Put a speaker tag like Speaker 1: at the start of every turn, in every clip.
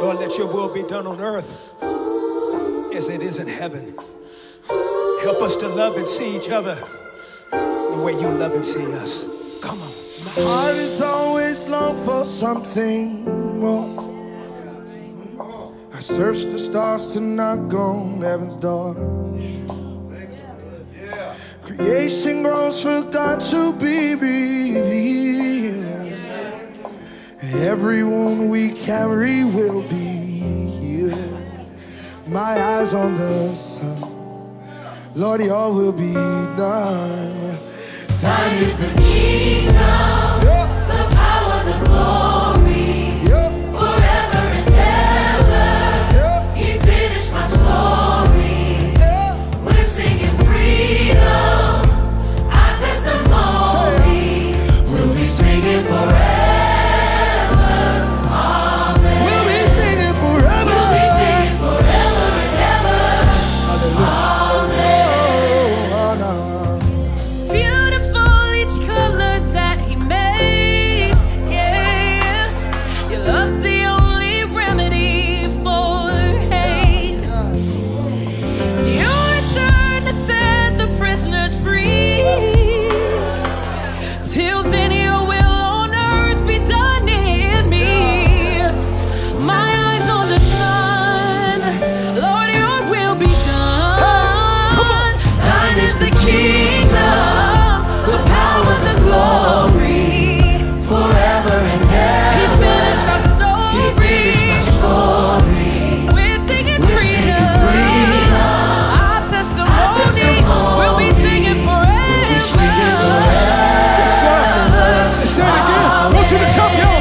Speaker 1: Lord, let your will be done on earth as it is in heaven. Help us to love and see each other the way you love and see us. Come on.
Speaker 2: My heart is always long for something more. I search the stars to knock on heaven's door. Creation groans for God to be revealed. Every wound we carry will be healed. My eyes on the sun, Lord, your will be done. Thine is the
Speaker 3: Kingdom,
Speaker 2: yeah,
Speaker 3: the power, the glory,
Speaker 2: yeah,
Speaker 3: forever and ever.
Speaker 2: yeah,
Speaker 3: He finished my story.
Speaker 2: yeah.
Speaker 3: We're singing freedom. Our testimony will be singing forever.
Speaker 2: We'll be singing forever.
Speaker 3: We'll be singing forever and ever.
Speaker 2: Oh, oh, no.
Speaker 4: Beautiful each color that he made. Yeah. Your love's the only remedy for hate. And you return to set the prisoners free. Till then, your will on earth be done in me. My eyes on the sun. Lord, your will be done.
Speaker 3: Thine is the kingdom, the power, the glory, forever and ever.
Speaker 4: He finished our story.
Speaker 3: He finished my story.
Speaker 4: We're singing
Speaker 3: We're singing
Speaker 4: freedom.
Speaker 3: freedom.
Speaker 4: Our testimony.
Speaker 3: Our testimony.
Speaker 4: We'll be singing forever.
Speaker 3: We'll be singing forever.
Speaker 1: Yes, sir. Let's say it again. One to the top, y'all.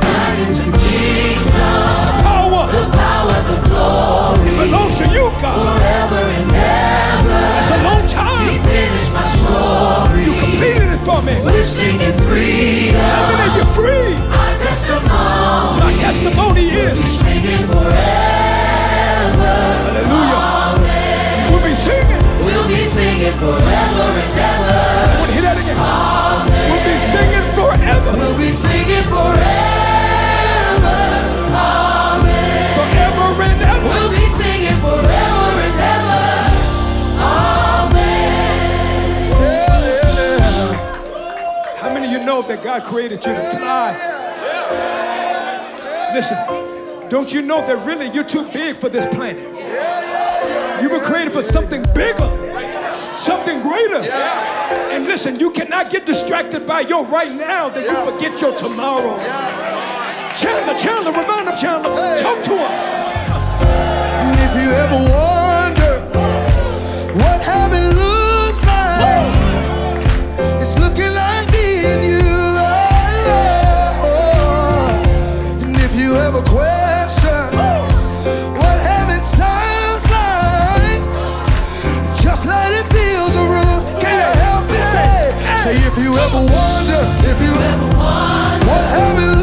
Speaker 2: Thine is the
Speaker 3: Kingdom,
Speaker 1: The power.
Speaker 3: the power, the glory,
Speaker 1: It belongs to you, God.
Speaker 3: forever and ever.
Speaker 1: It's a long
Speaker 3: He
Speaker 1: time.
Speaker 3: finished my story.
Speaker 1: You completed it for me.
Speaker 3: We're singing freedom.
Speaker 1: Heaven and you're free.
Speaker 3: Our testimony.
Speaker 1: My testimony
Speaker 3: We're
Speaker 1: is.
Speaker 3: singing forever.
Speaker 1: Hallelujah. We'll be singing.
Speaker 3: We'll be singing forever and
Speaker 1: I
Speaker 3: ever.
Speaker 1: want to hear that again. We'll be singing forever.
Speaker 3: We'll be singing forever. Amen.
Speaker 1: Forever and ever.
Speaker 3: We'll be singing forever and ever. Amen.
Speaker 2: kingdom.
Speaker 1: How many of you know that God created you to fly? Listen, don't you know that really you're too big for this planet? You were created for something bigger, something greater. And listen, you cannot get distracted by your right now that you forget your tomorrow. Chandler, Chandler, remind him, Chandler. Talk to him.
Speaker 2: And if you ever wonder what heaven looks like, it's looking like me and you. Oh, yeah. And if you ever question what heaven sounds like, Just let it fill the room. Can you help me say? Say if you ever wonder, if you what heaven
Speaker 4: Oh,
Speaker 2: Oh, Oh, Oh,
Speaker 4: Oh,
Speaker 2: Oh,
Speaker 4: Oh, Oh, Oh, Oh,